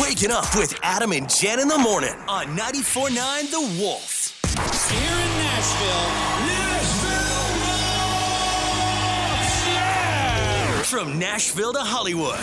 Waking up with Adam and Jen in the morning on 94.9 The Wolf. Here in Nashville, From Nashville to Hollywood,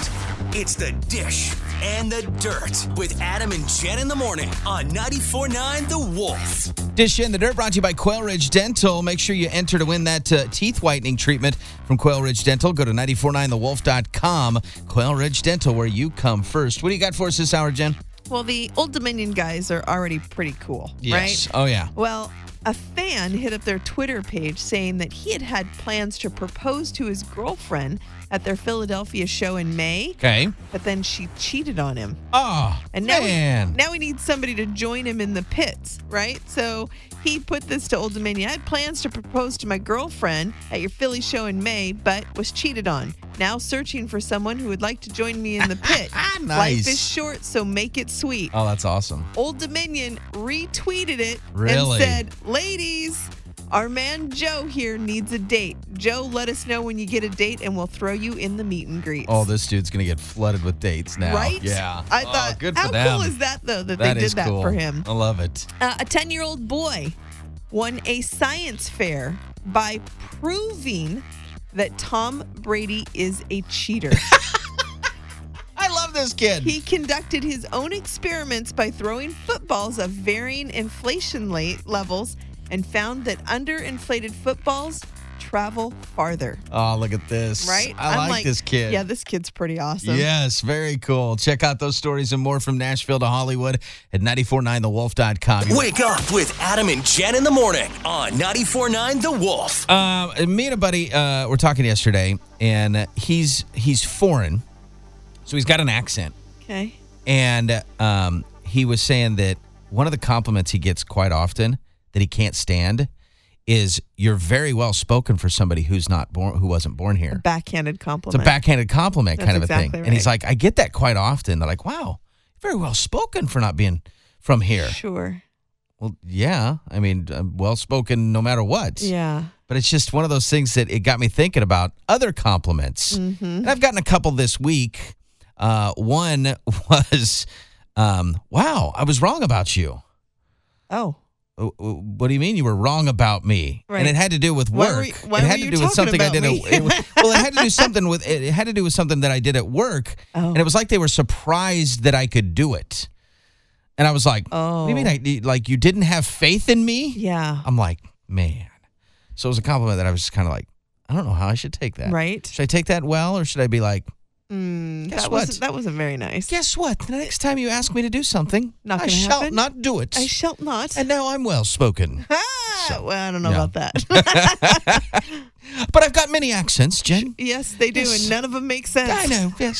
it's The Dish and The Dirt with Adam and Jen in the morning on 94.9 The Wolf. Dish in the Dirt brought to you by Quail Ridge Dental. Make sure you enter to win that uh, teeth whitening treatment from Quail Ridge Dental. Go to 949thewolf.com. Quail Ridge Dental, where you come first. What do you got for us this hour, Jen? Well, the Old Dominion guys are already pretty cool, right? Oh, yeah. Well, a fan hit up their Twitter page saying that he had had plans to propose to his girlfriend at their Philadelphia show in May, Okay. but then she cheated on him. Oh, And now man. we, now we need somebody to join him in the pits, right? So he put this to Old Dominion. I had plans to propose to my girlfriend at your Philly show in May, but was cheated on. Now searching for someone who would like to join me in the pit. Nice. Life is short, so make it sweet. oh, that's awesome. Old Dominion retweeted it Really? and said, Ladies, our man Joe here needs a date. Joe, let us know when you get a date and we'll throw you in the meet and greet. Oh, this dude's going to get flooded with dates now. Right? Yeah. I Oh, thought, good for how them. cool is that, though, that, That they did is that cool. for him? I love it. Uh, a 10 year old boy won a science fair by proving that Tom Brady is a cheater. I love this kid. He conducted his own experiments by throwing footballs of varying inflation la- levels and found that underinflated footballs travel farther. oh, look at this. Right? I I'm like, this kid. Yeah, this kid's pretty awesome. Yes, very cool. Check out those stories and more from Nashville to Hollywood at 949thewolf.com. You're- Wake up with Adam and Jen in the morning on 94.9 The Wolf. Um, me and a buddy uh, were talking yesterday, and he's he's foreign, so he's got an accent, Okay. and um, he was saying that one of the compliments he gets quite often that he can't stand is "You're very well spoken for somebody who's not born, who wasn't born here." Backhanded compliment. It's a backhanded compliment That's kind of a exactly thing. And he's right. like, I get that quite often. They're like, wow, very well spoken for not being from here. Sure. Well, yeah. I mean, um, well spoken no matter what. Yeah. But it's just one of those things that it got me thinking about other compliments. Mm-hmm. And I've gotten a couple this week. Uh, one was, um, wow, I was wrong about you. Oh. "Oh, oh, What do you mean you were wrong about me? Right. And it had to do with Why were work. you- why it were had you to do with talking something I about did. At, me? it was- well, it had to do something with it, it had to do with something that I did at work, Oh. and it was like they were surprised that I could do it. And I was like, "What do you mean? I, like you didn't have faith in me?" Oh. Yeah. I'm like, man. So it was a compliment that I was just kind of like, I don't know how I should take that. Right. Should I take that well, or should I be like, Mm, Guess that what? Wasn't, that wasn't very nice. guess what? The next time you ask me to do something, Not I gonna shall happen. not do it. I shall not. and now I'm well spoken. ah, So, well, I don't know yeah. about that. But I've got many accents, Jen. yes, they do, Yes. and none of them make sense. I know, yes.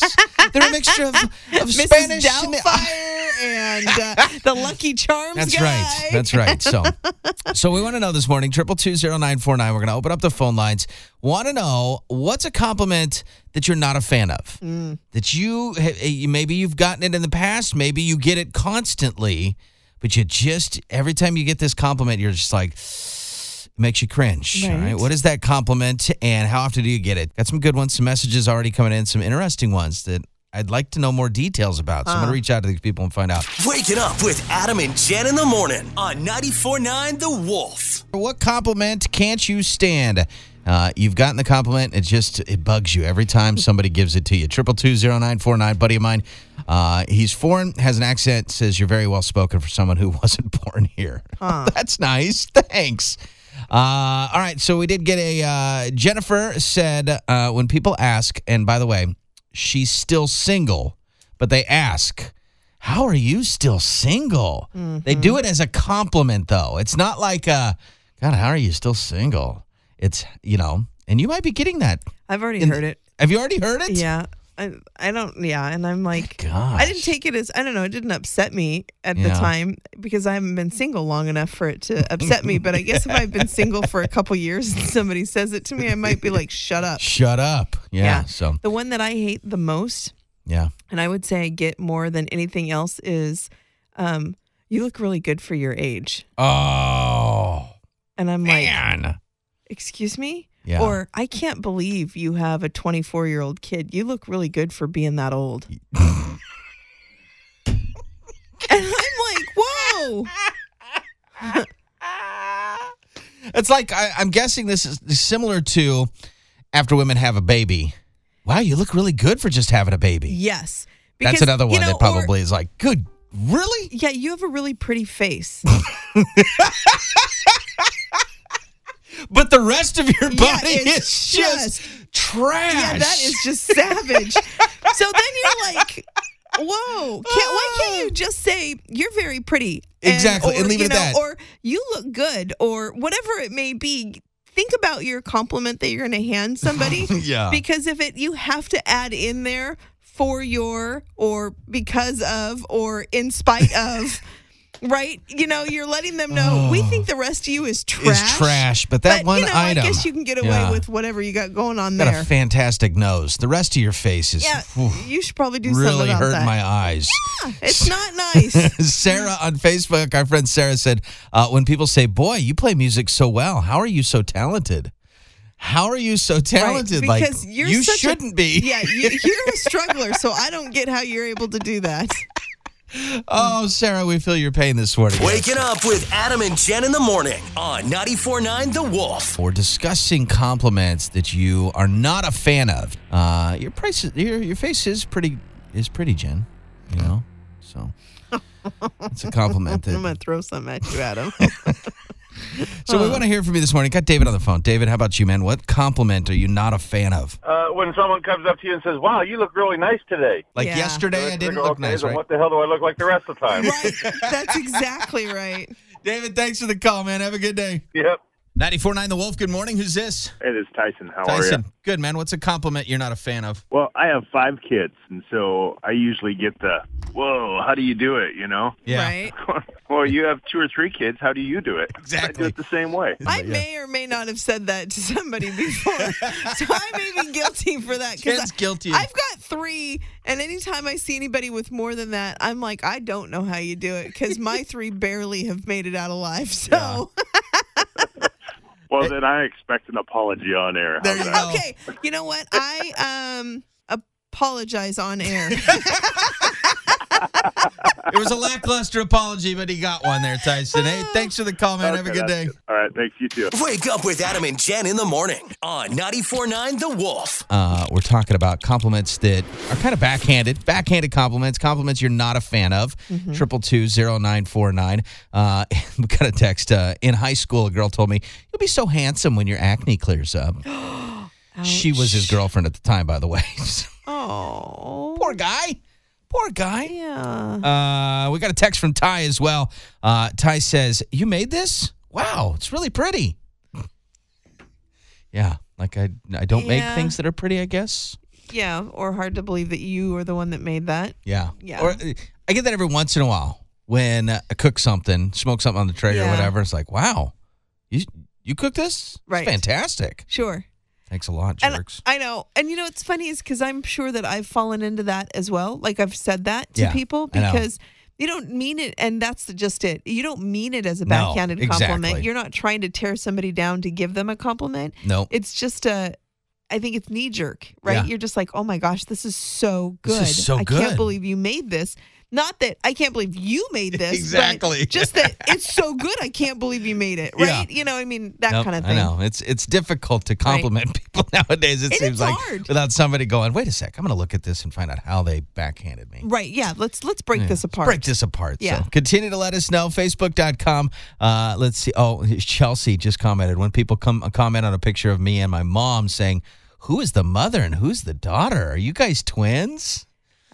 They're a mixture of, of Mrs. Spanish and- Doubtfire and uh, the Lucky Charms That's guy. right. That's right. So, so we want to know this morning triple two zero nine four nine. We're going to open up the phone lines. Want to know what's a compliment that you're not a fan of? That you ha- eh, you- maybe you've gotten it in the past. Maybe you get it constantly, but you just every time you get this compliment, you're just like. It makes you cringe. All right. Right. What is that compliment and how often do you get it? Got some good ones, some messages already coming in, some interesting ones that I'd like to know more details about. So I'm going to reach out to these people and find out. Waking up with Adam and Jen in the morning on 94.9 The Wolf. What compliment can't you stand? Uh, you've gotten the compliment. It just it bugs you every time somebody gives it to you. Triple two zero nine four nine. Buddy of mine, uh, he's foreign, has an accent. Says you're very well spoken for someone who wasn't born here. That's nice. Thanks. Uh, all right. So we did get a uh, Jennifer said uh, when people ask, and by the way, she's still single, but they ask. How are you still single? They Mm-hmm. do it as a compliment, though. It's not like, uh, God, how are you still single? It's, you know, and you might be getting that. I've already in- heard it. Have you already heard it? Yeah. I, I don't, yeah. And I'm like, Gosh. I didn't take it as, I don't know, it didn't upset me at the Yeah. time because I haven't been single long enough for it to upset me. But I guess if I've been single for a couple years and somebody says it to me, I might be like, shut up. Shut up. Yeah. So, The one that I hate the most, yeah. and I would say I get more than anything else, is um, you look really good for your age. Oh, And I'm like, man. excuse me Yeah. or i can't believe you have a 24 year old kid you look really good for being that old And I'm like, whoa. It's like I, I'm guessing this is similar to after women have a baby. Wow, you look really good for just having a baby. Yes. That's Because, another you one know, that or- probably is like, good, really? yeah, you have a really pretty face. But the rest of your body Yeah, is it's just, just- trash. Yeah, that is just savage. so then you're like, whoa, can't, why can't you just say you're very pretty? Exactly, and leave it you at that. Or you look good, or whatever it may be. Think about your compliment that you're going to hand somebody. Yeah. Because if it, you have to add in there for your, or because of, or in spite of. Right, you know, you're letting them know we think the rest of you is trash. Oh. trash, but that one you know, item- I guess you can get away Yeah. with whatever you got going on Got there. a fantastic nose. The rest of your face is Yeah, whew, you should probably do something really about hurt that. my eyes. It's not nice. Sarah on Facebook, our friend Sarah said, uh, when people say, Boy, you play music so well. How are you so talented? How are you so talented? Right, like, because you're you such a- shouldn't be. yeah, you, you're a struggler, so I don't get how you're able to do that. Oh, Sarah, we feel your pain this morning. Waking up with Adam and Jen in the morning on 94.9 The Wolf. Or discussing compliments that you are not a fan of. Uh, your price, is- your your face is pretty is pretty, Jen. You know, so it's a compliment. I'm That, gonna throw something at you, Adam. so we want to hear from you this morning. Got David on the phone. David, how about you, man? What compliment are you not a fan of? uh, when someone comes up to you and says, "Wow, you look really nice today." Like Yeah. yesterday, I didn't Go, look okay, nice, then right? What the hell do I look like the rest of the time? right? That's exactly right. David, thanks for the call, man. Have a good day. yep. 94.9 The Wolf, good morning. Who's this? It is Tyson. How are Tyson. you? Good, man. What's a compliment you're not a fan of? Well, I have five kids, and so I usually get the, whoa, how do you do it, you know? Right? well, you have two or three kids. How do you do it? Exactly. I do it the same way. I may or may not have said that to somebody before, so I may be guilty for that. 'cause Jen's I- guilty. I've got three, and anytime I see anybody with more than that, I'm like, I don't know how you do it because my three barely have made it out alive. So. Well, then I expect an apology on air. How's There you that? go. Okay, you know what? I um apologize on air. It was a lackluster apology, but he got one there, Tyson. Hey, thanks for the call, man. Have a Okay, good that's day. All right. Thanks. You too. Wake up with Adam and Jen in the morning on 94.9 The Wolf. Uh, we're talking about compliments that are kind of backhanded, backhanded compliments, compliments you're not a fan of. Triple two zero nine four nine. Uh, we got a text uh, in high school. A girl told me you'll be so handsome when your acne clears up. she was his girlfriend at the time, by the way. Oh, Poor guy. Poor guy. yeah. Uh, we got a text from Ty as well. Uh, Ty says, "You made this? Wow, it's really pretty." yeah, like I, I don't make Yeah. things that are pretty. I guess. Yeah, or hard to believe that you are the one that made that. Yeah. Yeah. Or uh, I get that every once in a while when uh, I cook something, smoke something on the tray or Yeah. whatever. It's like, wow, you you cook this? It's Right. fantastic. Sure. Thanks a lot, And jerks. I know. And you know what's funny is because I'm sure that I've fallen into that as well. Like I've said that to Yeah, people I know. because you don't mean it. And that's just it. You don't mean it as a No, backhanded exactly. compliment. You're not trying to tear somebody down to give them a compliment. no. It's just a. I think it's knee jerk, right? Yeah. You're just like, oh my gosh, this is so good. This is so I good." can't believe you made this. Not that I can't believe you made this. but Exactly. just that it's so good. I can't believe you made it, Yeah. right? You know, I mean, that Nope, kind of thing. I know it's it's difficult to compliment people nowadays. It, It is seems like hard. without somebody going, wait a sec, I'm going to look at this and find out how they backhanded me. Right. Yeah. Let's let's break this apart. Break this apart. Yeah. So continue to let us know. Facebook.com. Uh, let's see. Oh, Chelsea just commented when people come uh, comment on a picture of me and my mom saying, "Who is the mother and who's the daughter? Are you guys twins?"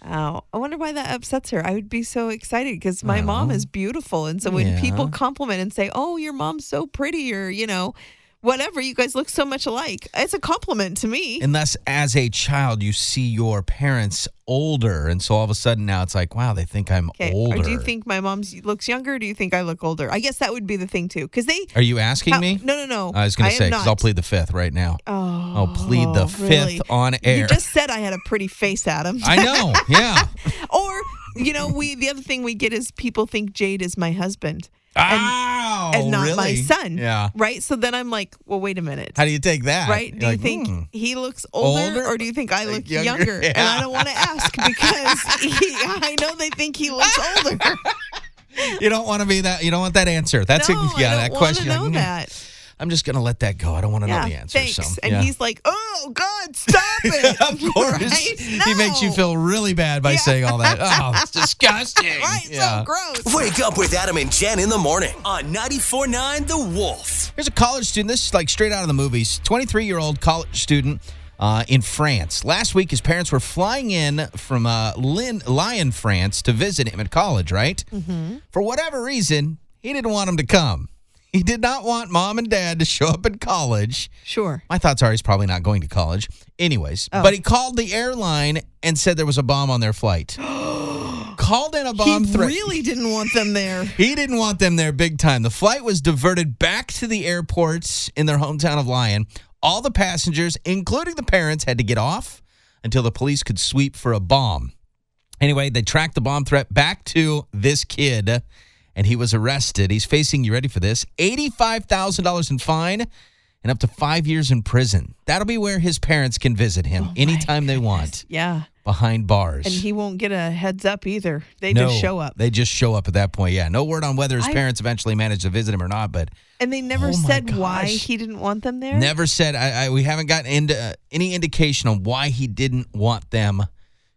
Oh, I wonder why that upsets her. I would be so excited because my mom is beautiful, and so when yeah. people compliment and say, "Oh, your mom's so pretty," or you know, whatever, you guys look so much alike. It's a compliment to me. Unless as a child you see your parents older, and so all of a sudden now it's like, wow, they think I'm Okay. older. Or do you think my mom's looks younger? Or do you think I look older? I guess that would be the thing too, because they. Are you asking how- me? No, no, no. I was going to am say because I'll not. plead the fifth right now. Oh, I'll plead the really? fifth on air. You just said I had a pretty face, Adam. I know. Yeah. Ah! or you know, we the other thing we get is people think Jade is my husband. Ow. Wow, and not my Oh, really? son. Yeah. Right? So then I'm like, well, wait a minute. How do you take that? right? You're Do you like, think hmm. he looks older, Older? or do you think I Like look younger? younger? And Yeah. I don't want to ask because he, I know they think he looks older. you don't want to be that? You don't want that answer. That's no, a, yeah, I that don't want question. to like, know hmm, that. I'm just gonna let that go. I don't want to Yeah, know the answer. thanks. So, And yeah. he's like, "Oh God, stop it!" of course, Right? he makes you No. feel really bad by saying all that. Oh, it's disgusting. right. Yeah. So gross. Wake up with Adam and Jen in the morning on 94.9 The Wolf. Here's a college student. This is like straight out of the movies. 23 year old college student uh, in France. Last week, his parents were flying in from uh, Lynn, Lyon, France to visit him at college, right? Mm-hmm. For whatever reason, he didn't want him to come. He did not want mom and dad to show up at college. Sure. Oh. My thoughts are he's probably not going to college. Anyways, but he called the airline and said there was a bomb on their flight. called in a bomb he threat. really didn't want them there. He didn't want them there big time. The flight was diverted back to the airports in their hometown of Lyon. All the passengers, including the parents, had to get off until the police could sweep for a bomb. Anyway, they tracked the bomb threat back to this kid, and he was arrested. He's facing, you ready for this, $85,000 in fine and up to five years in prison. That'll be where his parents can visit him anytime they want Yeah, behind bars. Oh and he won't get a heads up either. They No, just show up, They just show up at that point. Yeah. No word on whether his I- parents eventually managed to visit him or not, but and they never Oh my said why gosh. he didn't want them there. never said. I, I we haven't gotten into uh, any indication on why he didn't want them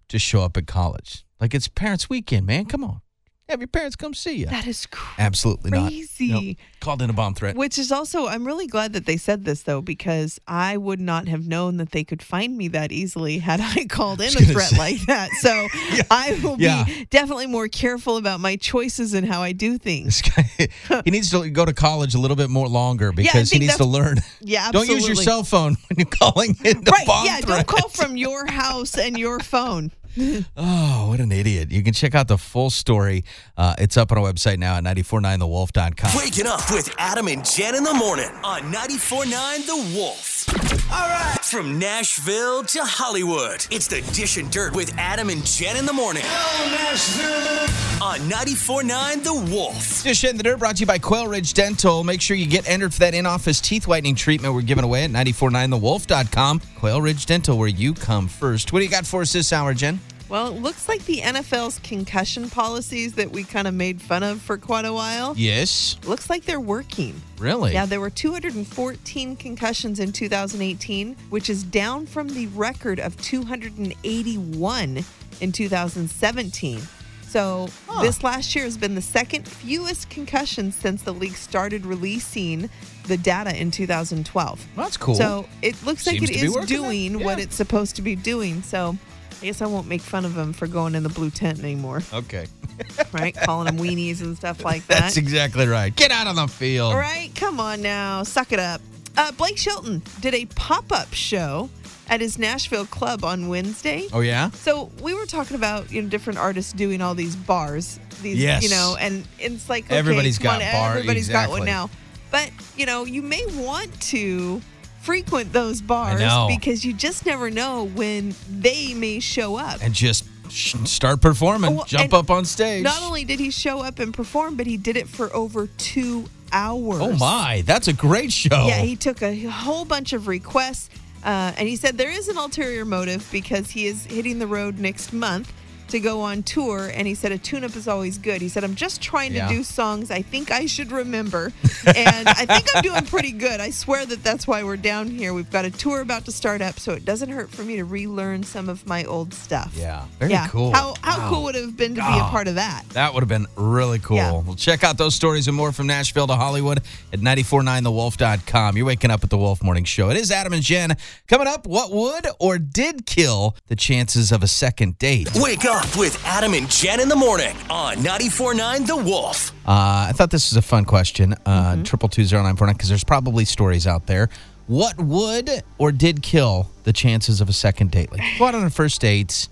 to show up at college. Like it's parents' weekend, man. Come on, have your parents come see you. That is crazy. Absolutely not. Crazy. Nope. Called in a bomb threat. Which is also, I'm really glad that they said this though, because I would not have known that they could find me that easily had I called in a gonna threat say. like that. So I will Yeah. be definitely more careful about my choices and how I do things. This guy, he needs to go to college a little bit more longer because he think needs to that's- learn. Yeah, Don't use your absolutely. cell phone when you're calling in the right? bomb Yeah, threat. don't call from your house and your phone. Oh, what an idiot. You can check out the full story. Uh, it's up on our website now at 949thewolf.com. Waking up with Adam and Jen in the morning on 94.9 The Wolf. All right. From Nashville to Hollywood, it's the Dish and Dirt with Adam and Jen in the morning. On 94.9 The Wolf. Dish in the Dirt brought to you by Quail Ridge Dental. Make sure you get entered for that in office teeth whitening treatment we're giving away at 949thewolf.com. Quail Ridge Dental, where you come first. What do you got for us this hour, Jen? Well, it looks like the NFL's concussion policies that we kind of made fun of for quite a while. Yes. Looks like they're working. Really? Yeah, there were 214 concussions in 2018, which is down from the record of 281 in 2017. So, this last year has been the second fewest concussions since the league started releasing the data in 2012. That's cool. So, it looks like Seems it to be is working then. doing what Yeah. it's supposed to be doing. So, I guess I won't make fun of them for going in the blue tent anymore, Okay. right? Calling them weenies and stuff like that. That's exactly right. Get out on the field. All right, come on now, suck it up. Uh, Blake Shelton did a pop up show at his Nashville club on Wednesday. Oh, yeah? So we were talking about you know different artists doing all these bars, these Yes. you know, and it's like okay, Everybody's come got on, bar- everybody's got one exactly. now. But you know, you may want to frequent those bars know. because you just never know when they may show up. And just sh- start performing. Well, Jump Oh, and up on stage. Not only did he show up and perform, but he did it for over two hours. Oh, my. That's a great show. Yeah, he took a whole bunch of requests, uh, and he said there is an ulterior motive because he is hitting the road next month to go on tour. And he said a tune-up is always good. He said I'm just trying Yeah. to do songs I think I should remember, and I think I'm doing pretty good. I swear that that's why we're down here. We've got a tour about to start up, so it doesn't hurt for me to relearn some of my old stuff. Yeah, very yeah. cool. How how Wow. cool would it have been to be a God. part of that? That would have been really cool. Yeah. Well, check out those stories and more from Nashville to Hollywood at 949thewolf.com. You're waking up at the Wolf Morning Show. It is Adam and Jen. Coming up, what would or did kill the chances of a second date? Wake up with Adam and Jen in the morning on 94.9 The Wolf. Uh, I thought this was a fun question. Uh, Triple two zero nine four nine. Because there's probably stories out there. What would or did kill the chances of a second date? Like you go out on a first date,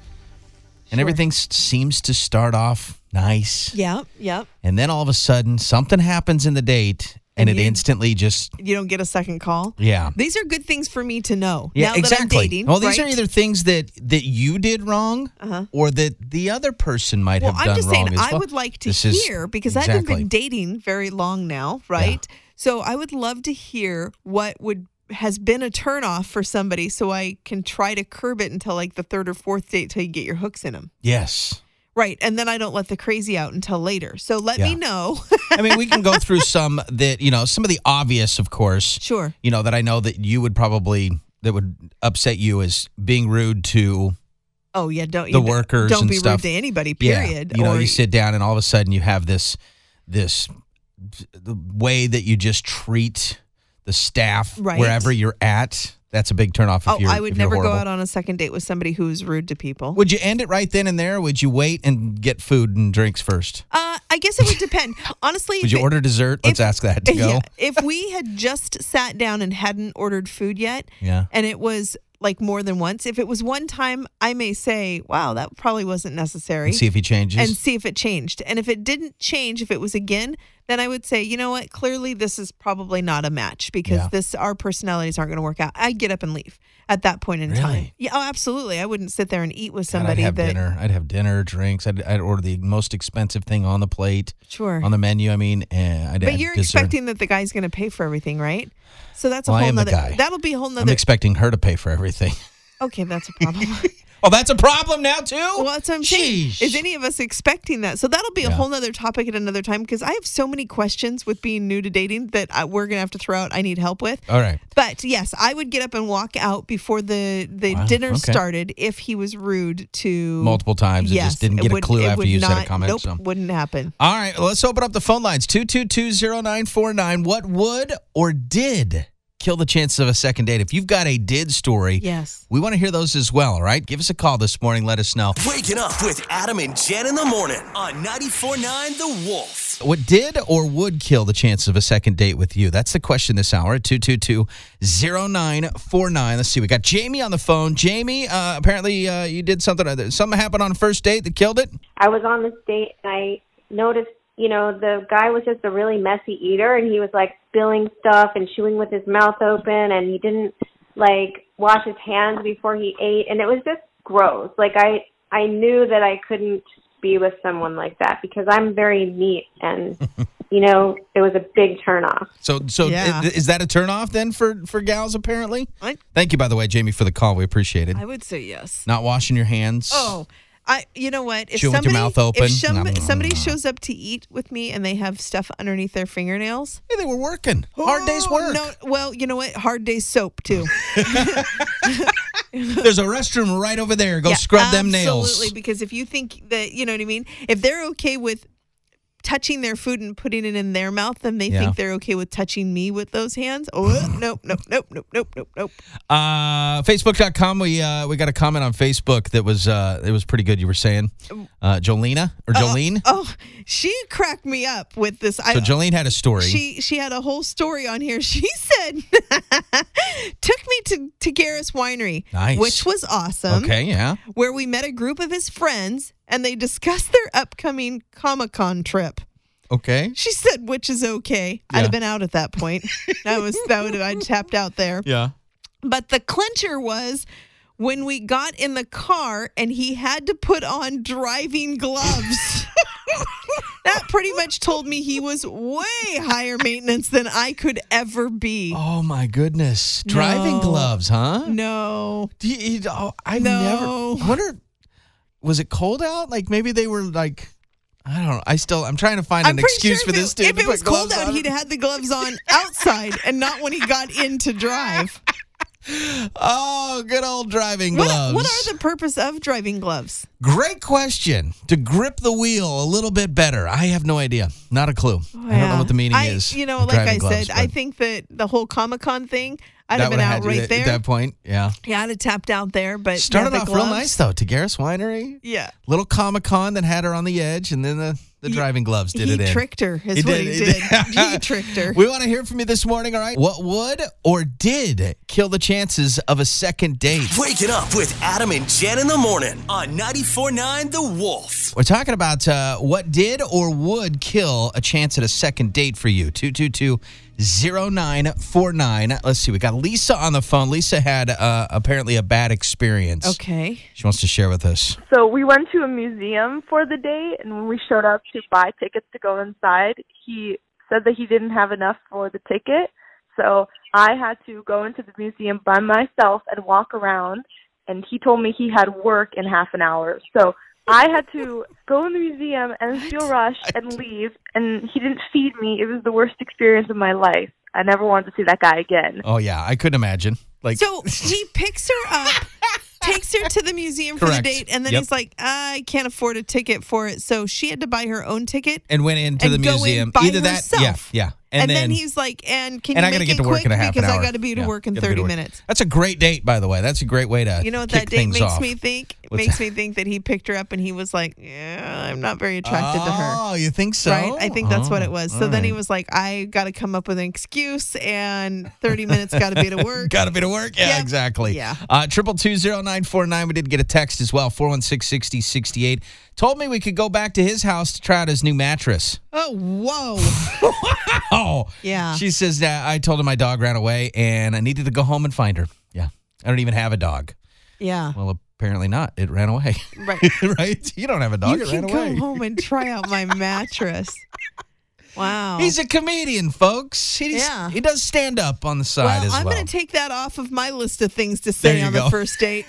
and everything s- seems to start off nice, Yep, yep. and then all of a sudden something happens in the date, and, And it you- instantly just You don't get a second call. yeah. These are good things for me to know. Yeah, now exactly. That I'm dating, well, these right? Uh-huh. are either things that that you did wrong, or that the other person might Well, have I'm done just wrong. saying, as I well. would like to This is- hear because I haven't exactly. been dating very long now, right? So I would love to hear what would has been a turnoff for somebody, so I can try to curb it until like the third or fourth date till you get your hooks in them, Yes. right? And then I don't let the crazy out until later. So let Yeah. me know. I mean, we can go through some that you know, some of the obvious, of course. sure. You know that I know that you would probably that would upset you is being rude to Oh yeah, don't The you, workers Don't and be stuff. rude to anybody. Yeah, Period. you know, or you sit down and all of a sudden you have this this the way that you just treat the staff Right. wherever you're at. That's a big turnoff. If oh, you're, I would if you're never go horrible. out on a second date with somebody who's rude to people. Would you end it right then and there? Or would you wait and get food and drinks first? uh, I guess it would depend. Honestly, Would if you it- order dessert? Let's if- ask that to go. Yeah. If we had just sat down and hadn't ordered food yet, Yeah. and it was like more than once, if it was one time, I may say, wow, that probably wasn't necessary. And see if he changes. and see if it changed. And if it didn't change, if it was again, then I would say, you know what? Clearly, this is probably not a match because Yeah. this our personalities aren't going to work out. I'd get up and leave at that point in time. Really? Yeah, oh, absolutely. I wouldn't sit there and eat with God, I'd somebody have that. dinner. I'd have dinner, drinks. I'd, I'd order the most expensive thing on the plate, Sure. on the menu. I mean, and I'd but add you're dessert. expecting that the guy's going to pay for everything, right? So that's a Well, I whole am the nother. guy. That'll be a whole I'm nother. expecting her to pay for everything. okay, that's a problem. Oh, that's a problem now too. Well, that's what I'm saying. Sheesh. Is any of us expecting that? So that'll be a Yeah. whole nother topic at another time because I have so many questions with being new to dating that I, we're going to have to throw out. I need help with. All right. But yes, I would get up and walk out before the the Wow, dinner okay. started if he was rude to multiple times. Yes, it just didn't get a wouldn't- clue it after would you said a not- comment. Nope, so. wouldn't happen. All right, let's open up the phone lines 2220949. What would or did kill the chances of a second date? If you've got a did story, Yes. we want to hear those as well. All right, give us a call this morning. Let us know Waking up with Adam and Jen in the morning on 94.9 The Wolf. what did or would kill the chance of a second date with you. That's the question this hour at 2220949. Let's see, we got Jamie on the phone. Jamie, uh, apparently uh, you did something, something happened on a first date that killed it. I was on this date and I noticed, you know, the guy was just a really messy eater and he was like spilling stuff and chewing with his mouth open and he didn't like wash his hands before he ate and it was just gross. Like I I knew that I couldn't be with someone like that because I'm very neat and you know, it was a big turnoff. So, so Yeah. i- is that a turnoff then for for gals? Apparently. I- Thank you, by the way, Jamie, for the call. We appreciate it. I would say yes. Not washing your hands. Oh, I. You know what? If Chewing with somebody your mouth open. if some, Nom, nom, somebody nom. shows up to eat with me and they have stuff underneath their fingernails, Hey, they were working. Hard day's Oh, work. No, well, you know what? Hard day's soap too. There's a restroom right over there. Go Yeah, scrub them nails. Absolutely, because if you think that you know what I mean, if they're okay with touching their food and putting it in their mouth, then they Yeah. think they're okay with touching me with those hands. Oh, nope, nope, nope, nope, nope, nope, nope. Uh, Facebook.com. We uh, we got a comment on Facebook that was uh, it was pretty good. You were saying, uh, Jolena or Jolene. Oh, she cracked me up with this. I, so Jolene had a story. She she had a whole story on here. She said took me to to Garris Winery, Nice. which was awesome. okay, yeah. where we met a group of his friends and they discussed their upcoming Comic Con trip. Okay. She said, which is okay. I'd Yeah. have been out at that point. that was that would have I tapped out there. Yeah. But the clincher was when we got in the car and he had to put on driving gloves. that pretty much told me he was way higher maintenance than I could ever be. Oh my goodness. Driving No. gloves, huh? No. Do you, you- oh, I No. never I wonder. Was it cold out? Like maybe they were like, I don't know. I still I'm trying to find an I'm pretty excuse sure for if it- this dude. If to it put was cold gloves out, on. he'd have had the gloves on outside and not when he got in to drive. Oh, good old driving What, gloves. what are the purpose of driving gloves? Great question. To grip the wheel a little bit better. I have no idea. Not a clue. I don't know Yeah. what the meaning I- is. You know, of like I driving gloves, said, I but think that the whole Comic Con thing, I'd that have been would've out had you right at, there. At that point, yeah. yeah, I'd have tapped out there. But Started yeah, the off real gloves- nice though. Tagaris Winery, Yeah. little Comic Con that had her on the edge, and then the The driving gloves did he it in. tricked her, is He what he did. he he tricked her. We want to hear from you this morning, all right? What would or did kill the chances of a second date? Wake it up with Adam and Jen in the morning on 94.9 The Wolf. We're talking about uh, what did or would kill a chance at a second date for you. 222-0949. Let's see. We got Lisa on the phone. Lisa had uh, apparently a bad experience. Okay. She wants to share with us. So we went to a museum for the date, and when we showed up to buy tickets to go inside, he said that he didn't have enough for the ticket. So I had to go into the museum by myself and walk around, and he told me he had work in half an hour. So I had to go in the museum and feel rushed and leave, and he didn't feed me. It was the worst experience of my life. I never wanted to see that guy again. Oh, yeah. I couldn't imagine. Like, So he picks her up, takes her to the museum for the Correct. date, and then Yep. he's like, I can't afford a ticket for it. So she had to buy her own ticket. and went into and the go in museum. by Either herself. that. Yeah. Yeah. And, then, he's like, and can and I you got to make get it to work quick in a half an because hour. I got to be to Yeah, work in gotta be 30 to work. minutes. That's a great date, by the way. That's a great way to You know what kick that date things makes off. me think? It What's makes that? me think that he picked her up and he was like, yeah, I'm not very attracted to her. Oh, you think so? Right? I think that's what Oh, it was. So all then he right. was like, I got to come up with an excuse and 30 minutes got to be to work. Got to be to work. Yeah, Yep. exactly. Yeah. Uh, triple two zero nine four nine. We did get a text as well. 416-6068. Told me we could go back to his house to try out his new mattress. Oh, whoa. Oh, Yeah. She says that I told him my dog ran away and I needed to go home and find her. Yeah. I don't even have a dog. Yeah. Well, apparently not. It ran away. Right. right? You don't have a dog. you it can ran away. come home and try out my mattress. Wow. He's a comedian, folks. He, Yeah. he does stand up on the side well, as I'm well. going to take that off of my list of things to say you on go. the first date.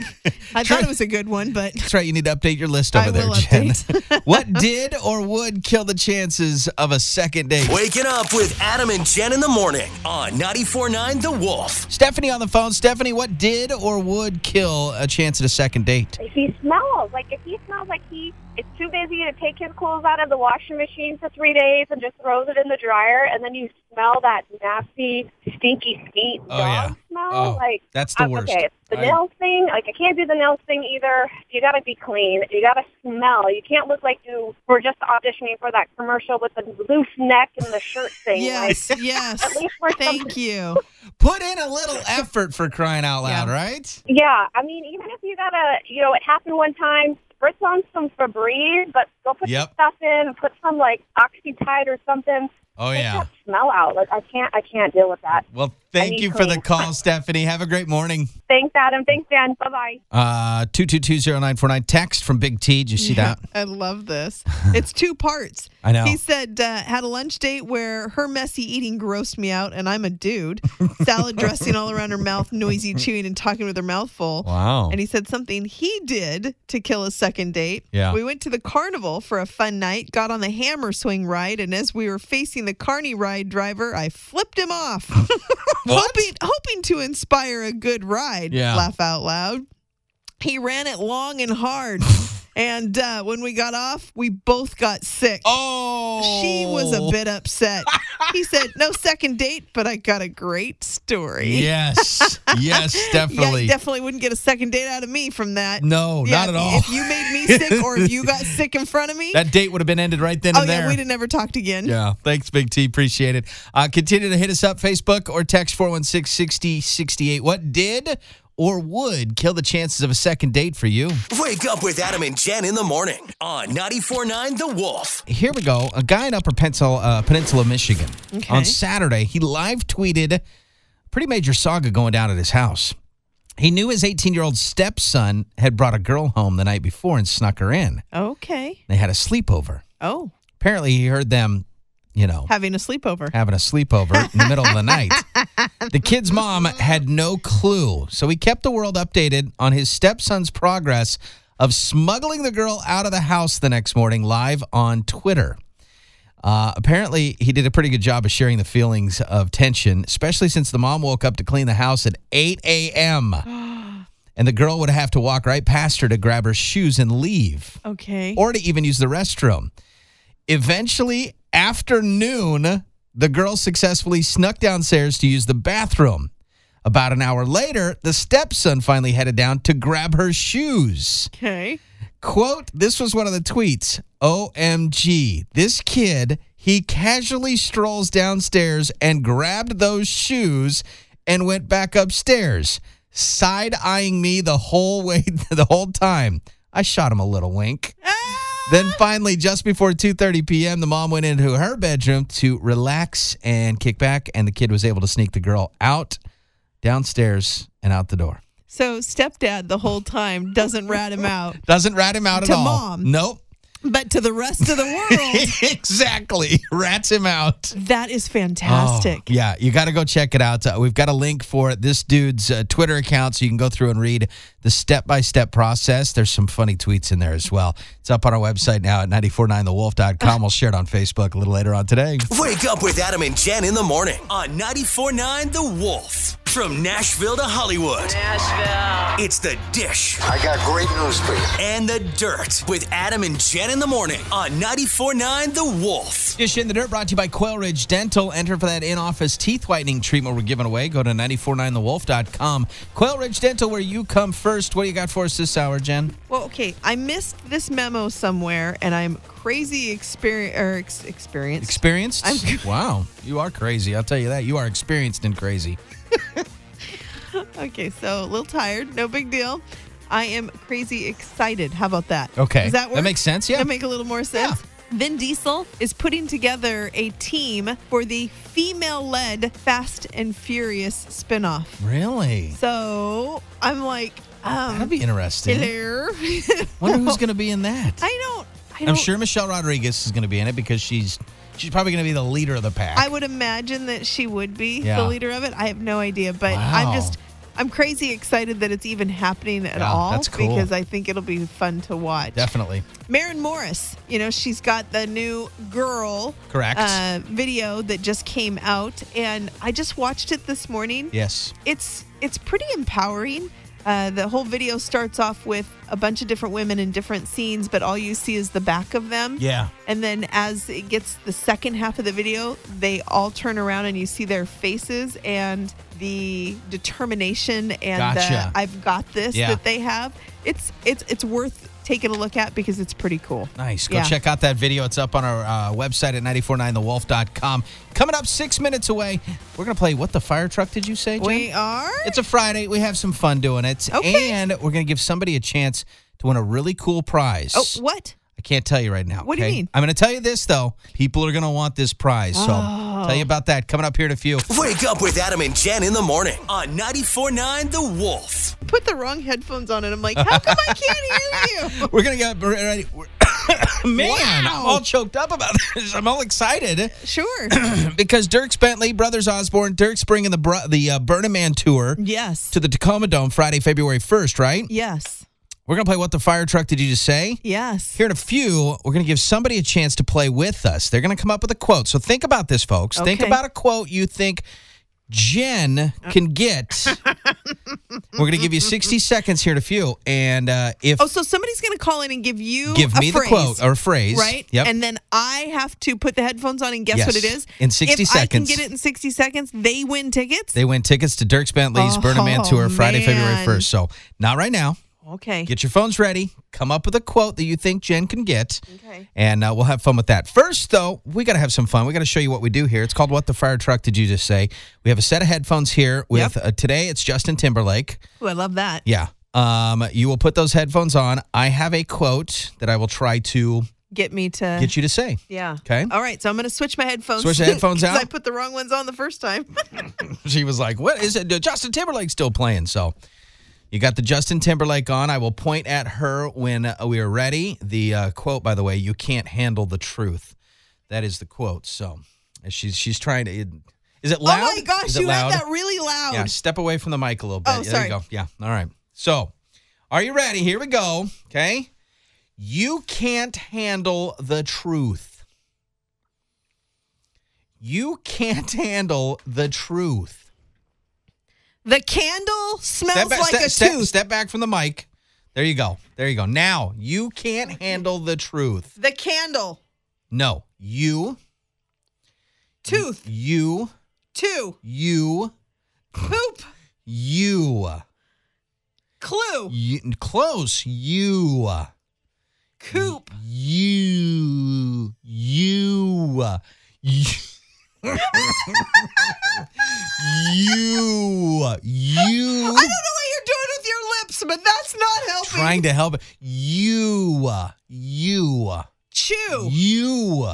I thought it was a good one, but That's right. You need to update your list over I there, will Jen. update. what did or would kill the chances of a second date? Waking up with Adam and Jen in the morning on 94.9 The Wolf. Stephanie on the phone. Stephanie, what did or would kill a chance at a second date? if he smells like if he smells like he is too busy to take his clothes out of the washing machine for three days and just throws it in the dryer and then you smell that nasty stinky feet Oh, dog yeah. smell Oh, like that's the I'm- worst. okay the I- nails thing like i can't do the nails thing either you gotta be clean you gotta smell you can't look like you were just auditioning for that commercial with the loose neck and the shirt thing yes, yes. like at least we're Thank you. Put in a little effort for crying out loud, Yeah. right? Yeah, I mean, even if you gotta, you know, it happened one time. Spritz on some Febreze, but go put Yep. some stuff in, and put some like Oxytide or something. Oh, Take yeah. that smell out. Like I can't, I can't deal with that. Well, I thank need you for the clean. call, Stephanie. Have a great morning. Thanks, Adam. Thanks, Dan. Bye bye. Uh, 2220949 text from Big T. Did you see that? I love this. It's two parts. I know. He said, uh, had a lunch date where her messy eating grossed me out, and I'm a dude. Salad dressing all around her mouth, noisy chewing and talking with her mouth full. Wow. And he said something he did to kill a second date. Yeah. We went to the carnival for a fun night, got on the hammer swing ride, and as we were facing the carny ride driver, I flipped him off. hoping hoping to inspire a good ride. Yeah. Laugh out loud. He ran it long and hard. and uh, when we got off, we both got sick. Oh. She was a bit upset. he said, No second date, but I got a great story. Yes. Yes, definitely. Yeah, definitely wouldn't get a second date out of me from that. No, Yeah, Oh, not at if- all. If you made me sick or if you got sick in front of me, that date would have been ended right then oh and there. yeah, we'd have never talked again. Yeah. Thanks, Big T. Appreciate it. Uh, continue to hit us up, Facebook or text 416 6068. What did or would kill the chances of a second date for you? Wake up with Adam and Jen in the morning on 94.9 The Wolf. Here we go. A guy in Upper Pencil, uh, Peninsula, Michigan. Okay. On Saturday, he live tweeted a pretty major saga going down at his house. He knew his 18 year old stepson had brought a girl home the night before and snuck her in. Okay. They had a sleepover. Oh, Apparently, he heard them, you know, having a sleepover. having a sleepover in the middle of the night. The kid's mom had no clue, so he kept the world updated on his stepson's progress of smuggling the girl out of the house the next morning live on Twitter. Uh, apparently, he did a pretty good job of sharing the feelings of tension, especially since the mom woke up to clean the house at 8 a.m. And the girl would have to walk right past her to grab her shoes and leave Okay. or to even use the restroom. Eventually, after noon, the girl successfully snuck downstairs to use the bathroom. About an hour later, the stepson finally headed down to grab her shoes. okay. Quote, this was one of the tweets. OMG, this kid, he casually strolls downstairs and grabbed those shoes and went back upstairs, side eyeing me the whole way, the whole time. I shot him a little wink. Ah! Then finally, just before 2:30 p.m., the mom went into her bedroom to relax and kick back, and the kid was able to sneak the girl out downstairs and out the door. So stepdad the whole time doesn't rat him out, Doesn't rat him out To at all. mom. Nope. but to the rest of the world, exactly. Rats him out. that is Oh, fantastic. yeah, you got to go check it out. Uh, we've got a link for this dude's uh, Twitter account so you can go through and read the step by step process. There's some funny tweets in there as well. It's up on our website now at 949thewolf.com. We'll share it on Facebook a little later on today. Wake up with Adam and Jen in the morning on 94.9 The Wolf. From Nashville to Hollywood. Nashville. It's The Dish I got great news for you. and The Dirt with Adam and Jen in the morning on 94.9 The Wolf. Dish in the Dirt brought to you by Quail Ridge Dental. Enter for that in office teeth whitening treatment we're giving away. Go to 949thewolf.com. Quail Ridge Dental, where you come first. What do you got for us this hour, Jen? Well, okay, I missed this memo somewhere, and I'm crazy experience or ex- experienced. Experienced? I'm- wow, you are crazy. I'll tell you that. You are experienced and crazy. okay, so a little tired, no big deal. I am crazy excited. How about that? Okay. Does that That work? makes sense, yeah. That make a little more sense. Vin Diesel is putting together a team for the female-led Fast and Furious spinoff. Really? So I'm like, um, That'd be interesting. hello. Wonder who's going to be in that. I don't. I don't I'm sure Michelle Rodriguez is going to be in it because she's she's probably going to be the leader of the pack. I would imagine that she would be Yeah. the leader of it. I have no idea, but Wow. I'm just I'm crazy excited that it's even happening at Yeah, all that's cool. because I think it'll be fun to watch. Definitely. Maren Morris, you know, she's got the new girl Correct. uh, video that just came out and I just watched it this morning. Yes. It's it's pretty empowering. Uh, the whole video starts off with a bunch of different women in different scenes, but all you see is the back of them. Yeah. And then as it gets the second half of the video, they all turn around and you see their faces and the determination and Gotcha. the I've got this Yeah. that they have. It's it's it's worth taking a look at because it's pretty cool. Nice. Go Yeah. check out that video. It's up on our uh, website at 949thewolf.com. Coming up six minutes away, we're going to play What the Fire Truck Did You Say, Jen? We are It's a Friday. We have some fun doing it. Okay. And we're going to give somebody a chance to win a really cool prize. Oh what? I can't tell you right now. What do you okay? mean? I'm going to tell you this, though. People are going to want this prize. So Oh. I'll tell you about that coming up here in a few. Wake up with Adam and Jen in the morning on 94.9 The Wolf. Put the wrong headphones on and I'm like, how come I can't hear you? We're going to get ready. we're- Man, I'm all choked up about this. I'm all excited Sure. because Dirks Bentley, Brothers Osborne, Dirks bringing the, br- the uh, Burning Man tour yes. to the Tacoma Dome Friday, February 1st, right? Yes. We're going to play What the Fire Truck Did You Just Say? Yes. Here in a few, we're going to give somebody a chance to play with us. They're going to come up with a quote. So think about this, folks. Think Okay. about a quote you think Jen can get. we're going to give you 60 seconds here in a few. And uh, if Oh, so somebody's going to call in and give you give a me phrase. the quote or phrase, right? Yep. And then I have to put the headphones on and guess Yes. what it is. In 60 if seconds. I can get it in 60 seconds, they win tickets. they win tickets to Dirks Bentley's Burning Man Oh, Tour Friday, February man. 1st. So not right now. okay. Get your phones ready. Come up with a quote that you think Jen can get. Okay. And uh, we'll have fun with that. First, though, we got to have some fun. We got to show you what we do here. It's called What the Fire Truck Did You Just Say? We have a set of headphones here with uh, today it's Justin Timberlake. Ooh, I love that. Yeah. Um, you will put those headphones on. I have a quote that I will try to Get me to. get you to say. yeah. Okay. All right. So I'm going to switch my headphones. Switch the headphones 'Cause out? I put the wrong ones on the first time. She was like, What is it? Justin Timberlake's still playing. So you got the Justin Timberlake on. I will point at her when uh, we are ready. The uh, quote, by the way, you can't handle the truth. That is the quote. So she's she's trying to. Is it oh loud? my gosh, Is it you loud? had that really loud. Yeah, step away from the mic a little bit. Oh, There you sorry. go. Yeah. All right. So, are you ready? Here we go. Okay. You can't handle the truth. You can't handle the truth. The candle smells Step back, like step, a step- tooth. step back from the mic. There you go. There you go. Now, you can't handle the truth. The candle. No. You, Tooth. you, Two. you, Poop. you. Clue. you close. You. Coop. You, you, you, you, you. I don't know what you're doing with your lips, but that's not helping. Trying to help. You, you, Chew. you,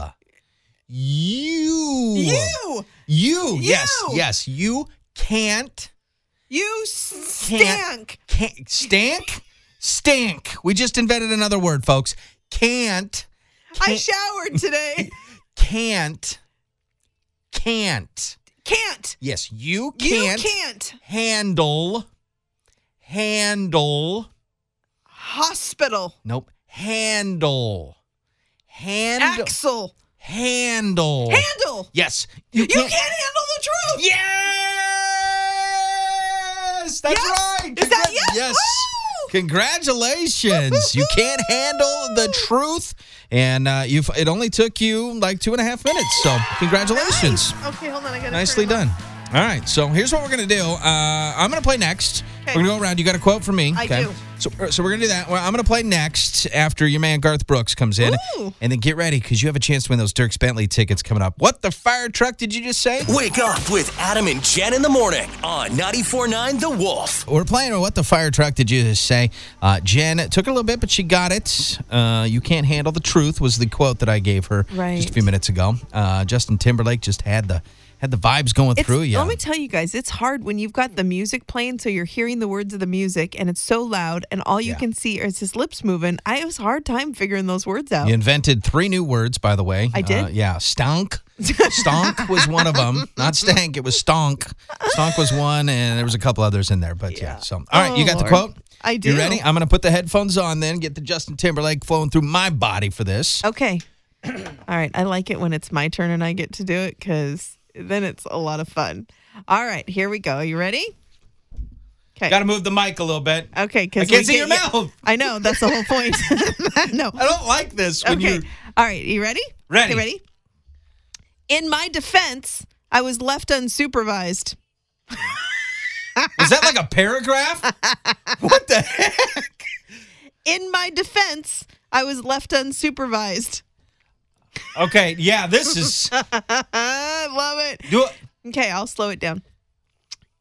you, You. you. Yes, You. yes. You can't. You stank. Can't stank. Stank. We just invented another word, folks. Can't. I showered today. Can't. Can't. Can't. Yes, you You can't, can't. handle handle. Hospital. Nope. Handle. Handle. Axel. handle. Handle. Yes. You can't handle the truth. Yes. That's Yes? right. Is that Congra- yes? Yes. Woo! Congratulations. you can't handle the truth. And uh, you've it only took you like two and a half minutes. So congratulations. Nice. Okay, hold on. I got Nicely done. All right, so here's what we're gonna do. Uh, I'm gonna play next. Okay. We're gonna go around. You got a quote from me. I do. So, uh, so we're gonna do that. Well, I'm gonna play next after your man Garth Brooks comes in, Ooh. and then get ready because you have a chance to win those Dirks Bentley tickets coming up. What the fire truck did you just say? Wake up with Adam and Jen in the morning on 94.9 The Wolf. We're playing What the Fire Truck Did You Just Say? Uh, Jen it took a little bit, but she got it. Uh, you can't handle the truth was the quote that I gave her just Right. a few minutes ago. Uh, Justin Timberlake just had the had the vibes going It's, through you. Let me tell you guys, it's hard when you've got the music playing, so you're hearing the words of the music, and it's so loud, and all you Yeah. can see is his lips moving. I was hard time figuring those words out. You invented three new words, by the way. Uh, I did? yeah, stonk. stonk was one of them. Not stank. It was stonk. Stonk was one, and there was a couple others in there. But yeah. so all right, Oh, you got the Lord. quote. I You do. ready? I'm gonna put the headphones on, then get the Justin Timberlake flowing through my body for this. Okay. All right. I like it when it's my turn and I get to do it because then it's a lot of fun. All right. Here we go. Are you ready? Okay. Got to move the mic a little bit. okay. Cause I can't we see your get you- mouth. I know. That's the whole point. no. I don't like this when Okay. you're All right. You ready? Ready. Okay, ready? In my defense, I was left unsupervised. Was that like a paragraph? what the heck? In my defense, I was left unsupervised. Okay, yeah, this is I love it. do it Okay. I'll slow it down.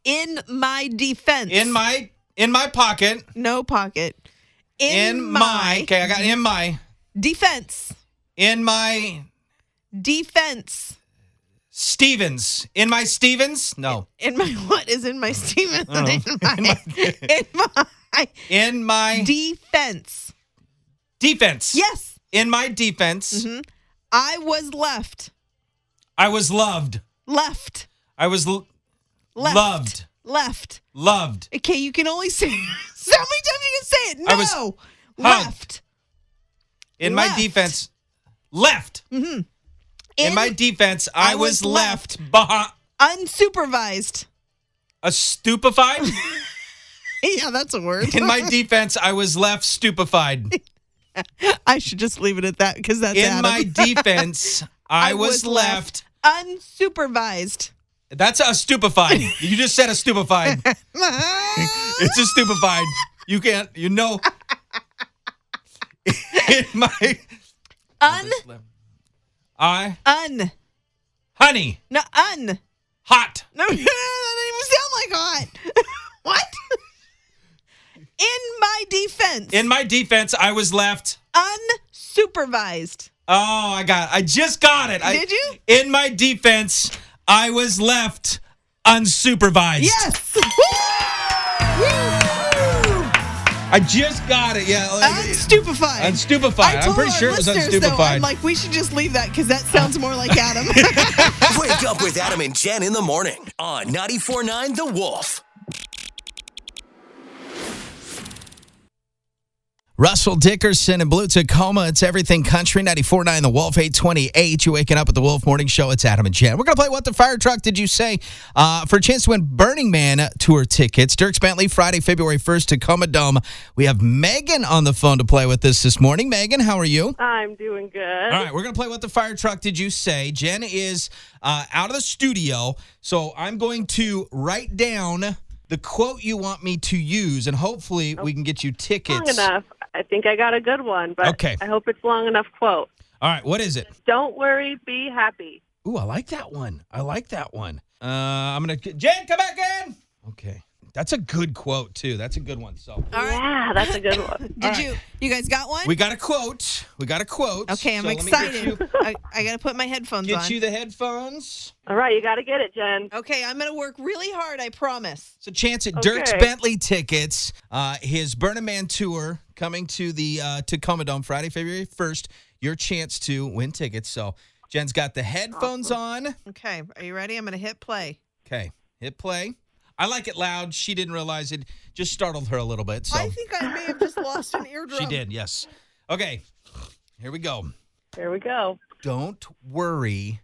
In my defense. in my in my pocket. No pocket. In, my okay, I got in my defense. in my Defense. Stevens. In my Stevens? No. In my what is in my steam? In don't my, know. in my In my defense. defense. Yes, In my defense, I was left. I was loved. Left. I was l- Left. Loved. Left. loved. Okay, you can only say so many times you can say it. No. I was left. In my Left. defense, left. Mm-hmm. In, my defense, I, I was, was left, behind unsupervised. a stupefied. Yeah, that's a word. In my defense, I was left stupefied. I should just leave it at that because that's In Adam. my defense, I, was, left. unsupervised. That's a stupefied. you just said a stupefied. it's a stupefied. You can't. You know. In my Un I un honey no un. hot. No, that didn't even sound like hot. what? In my defense, In my defense, I was left. unsupervised. Oh, I got. I just got it. I- Did you? In my defense, I was left unsupervised. Yes. I just got it. Yeah. like- Unstupefied. Unstupefied. I I'm told pretty our sure it was listeners, though, unstupefied. I'm like, we should just leave that because that sounds more like Adam. Wake up with Adam and Jen in the morning on 94.9 The Wolf. Russell Dickerson and Blue Tacoma. It's Everything Country 94.9 The Wolf 828. You're waking up at The Wolf Morning Show. It's Adam and Jen. We're going to play What the Fire Truck Did You Say uh, for a chance to win Burning Man tour tickets. Dirks Bentley, Friday, February 1st, Tacoma Dome. We have Megan on the phone to play with us this morning. Megan, how are you? I'm doing good. All right, we're gonna play what the fire truck did you say? Jen is uh, out of the studio, so I'm going to write down the quote you want me to use, and hopefully we can get you Long tickets. enough. I think I got a good one, but Okay. I hope it's long enough quote. All right, what is it? Don't worry, be happy. Ooh, I like that one. I like that one. Uh, I'm gonna Jen, come back in. Okay, that's a good quote too. That's a good one. So Yeah, that's a good one. Did you you guys got one? we got a quote. We got a quote. okay, I'm So let me get excited. you- I, I got to put my headphones Get on. you the headphones. All right, you got to get it, Jen. okay, I'm going to work really hard, I promise. It's a chance at Dirk's Okay. Bentley tickets. Uh, his Burning Man tour coming to the uh, Tacoma Dome Friday, February 1st. Your chance to win tickets. So Jen's got the headphones on. Okay, are you ready? I'm going to hit play. Okay, hit play. I like it loud. She didn't realize it. Just startled her a little bit. So I think I may have just lost an eardrum. she did, yes. Okay, here we go. Here we go. Don't worry,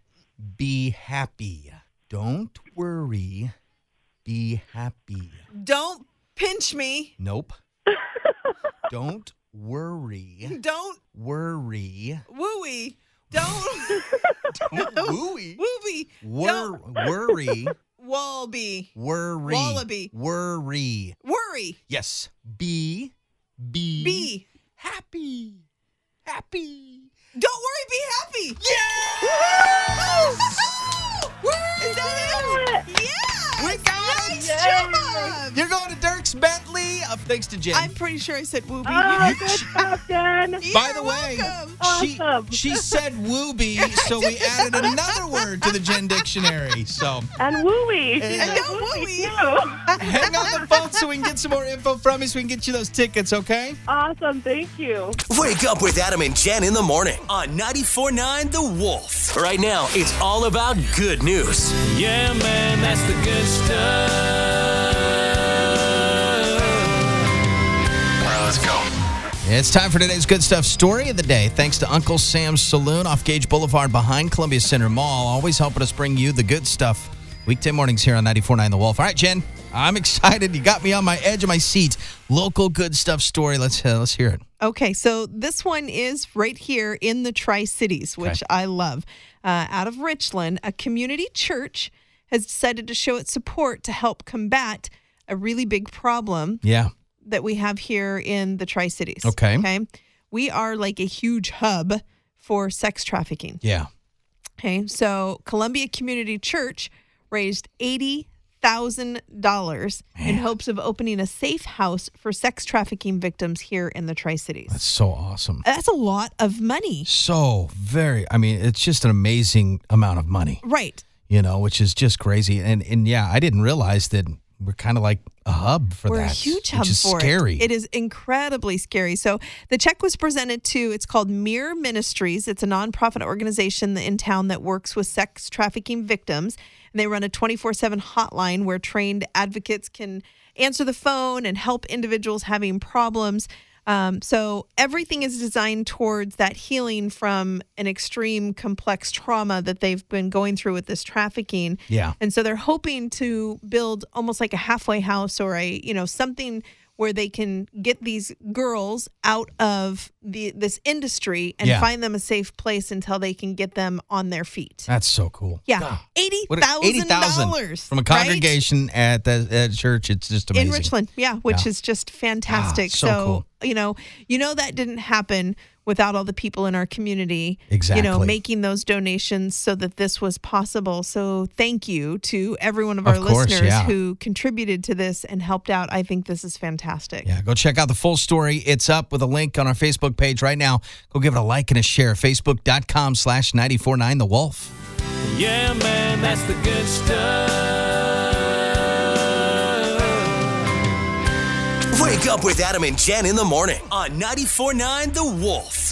be happy. Don't worry, be happy. Don't pinch me. Nope. Don't worry. Don't Worry. wooey. Don't Wooey. wooey. Wor- Don't worry. wallby. Worry. Wallaby. Worry. Worry. Yes. Be. Be. Be. Happy. Happy. Don't worry, be happy. Yeah! Is that it? Yeah. We got it! Nice job. You're going to Dirk's Bentley. Uh, thanks to Jen. I'm pretty sure I said wooby. Oh, You- good job, Jen. You're By the way, welcome. she, Awesome. she said wooby, so we added another word to the Gen Dictionary. So And Oh, wooey. She And said don't wooey, too. hang on the phone so we can get some more info from you so we can get you those tickets, okay? Awesome. Thank you. Wake up with Adam and Jen in the morning on 94.9 The Wolf. Right now, it's all about good news. Yeah, man, that's the good stuff. It's time for today's good stuff story of the day. Thanks to Uncle Sam's Saloon off Gage Boulevard behind Columbia Center Mall, always helping us bring you the good stuff. Weekday mornings here on 94.9 The Wolf. All right, Jen, I'm excited. You got me on my edge of my seat. Local good stuff story. Let's uh, let's hear it. Okay, so this one is right here in the Tri Cities, which I love. Uh, out of Richland, a community church has decided to show its support to help combat a really big problem Yeah. that we have here in the Tri Cities. Okay. Okay. We are like a huge hub for sex trafficking. Yeah. Okay. So Columbia Community Church raised eighty thousand dollars in hopes of opening a safe house for sex trafficking victims here in the Tri Cities. That's so awesome. That's a lot of money. So very I mean, it's just an amazing amount of money. Right. you know, which is just crazy. And and yeah, I didn't realize that we're kind of like a hub for We're that. a huge which hub is for scary. it. It is incredibly scary. So the check was presented to it's called Mirror Ministries. It's a nonprofit organization in town that works with sex trafficking victims. And they run a 24/7 hotline where trained advocates can answer the phone and help individuals having problems. Um, so everything is designed towards that healing from an extreme complex trauma that they've been going through with this trafficking. Yeah. And so they're hoping to build almost like a halfway house or a, you know, something where they can get these girls out of the this industry and Yeah. find them a safe place until they can get them on their feet. That's so cool. Yeah. Eighty What a- thousand dollars. from a congregation at the at a church. It's just amazing. in Richland, yeah, which Yeah. Ah, is just fantastic. so cool. you know, you know that didn't happen without all the people in our community, you know, Exactly. making those donations so that this was possible. So thank you to every one of our Of course, listeners yeah. who contributed to this and helped out. I think this is fantastic. Yeah, go check out the full story. It's up with a link on our Facebook page right now. Go give it a like and a share. Facebook.com slash 949 The Wolf. Yeah, man, that's the good stuff. Wake up with Adam and Jen in the morning on 94.9 The Wolf.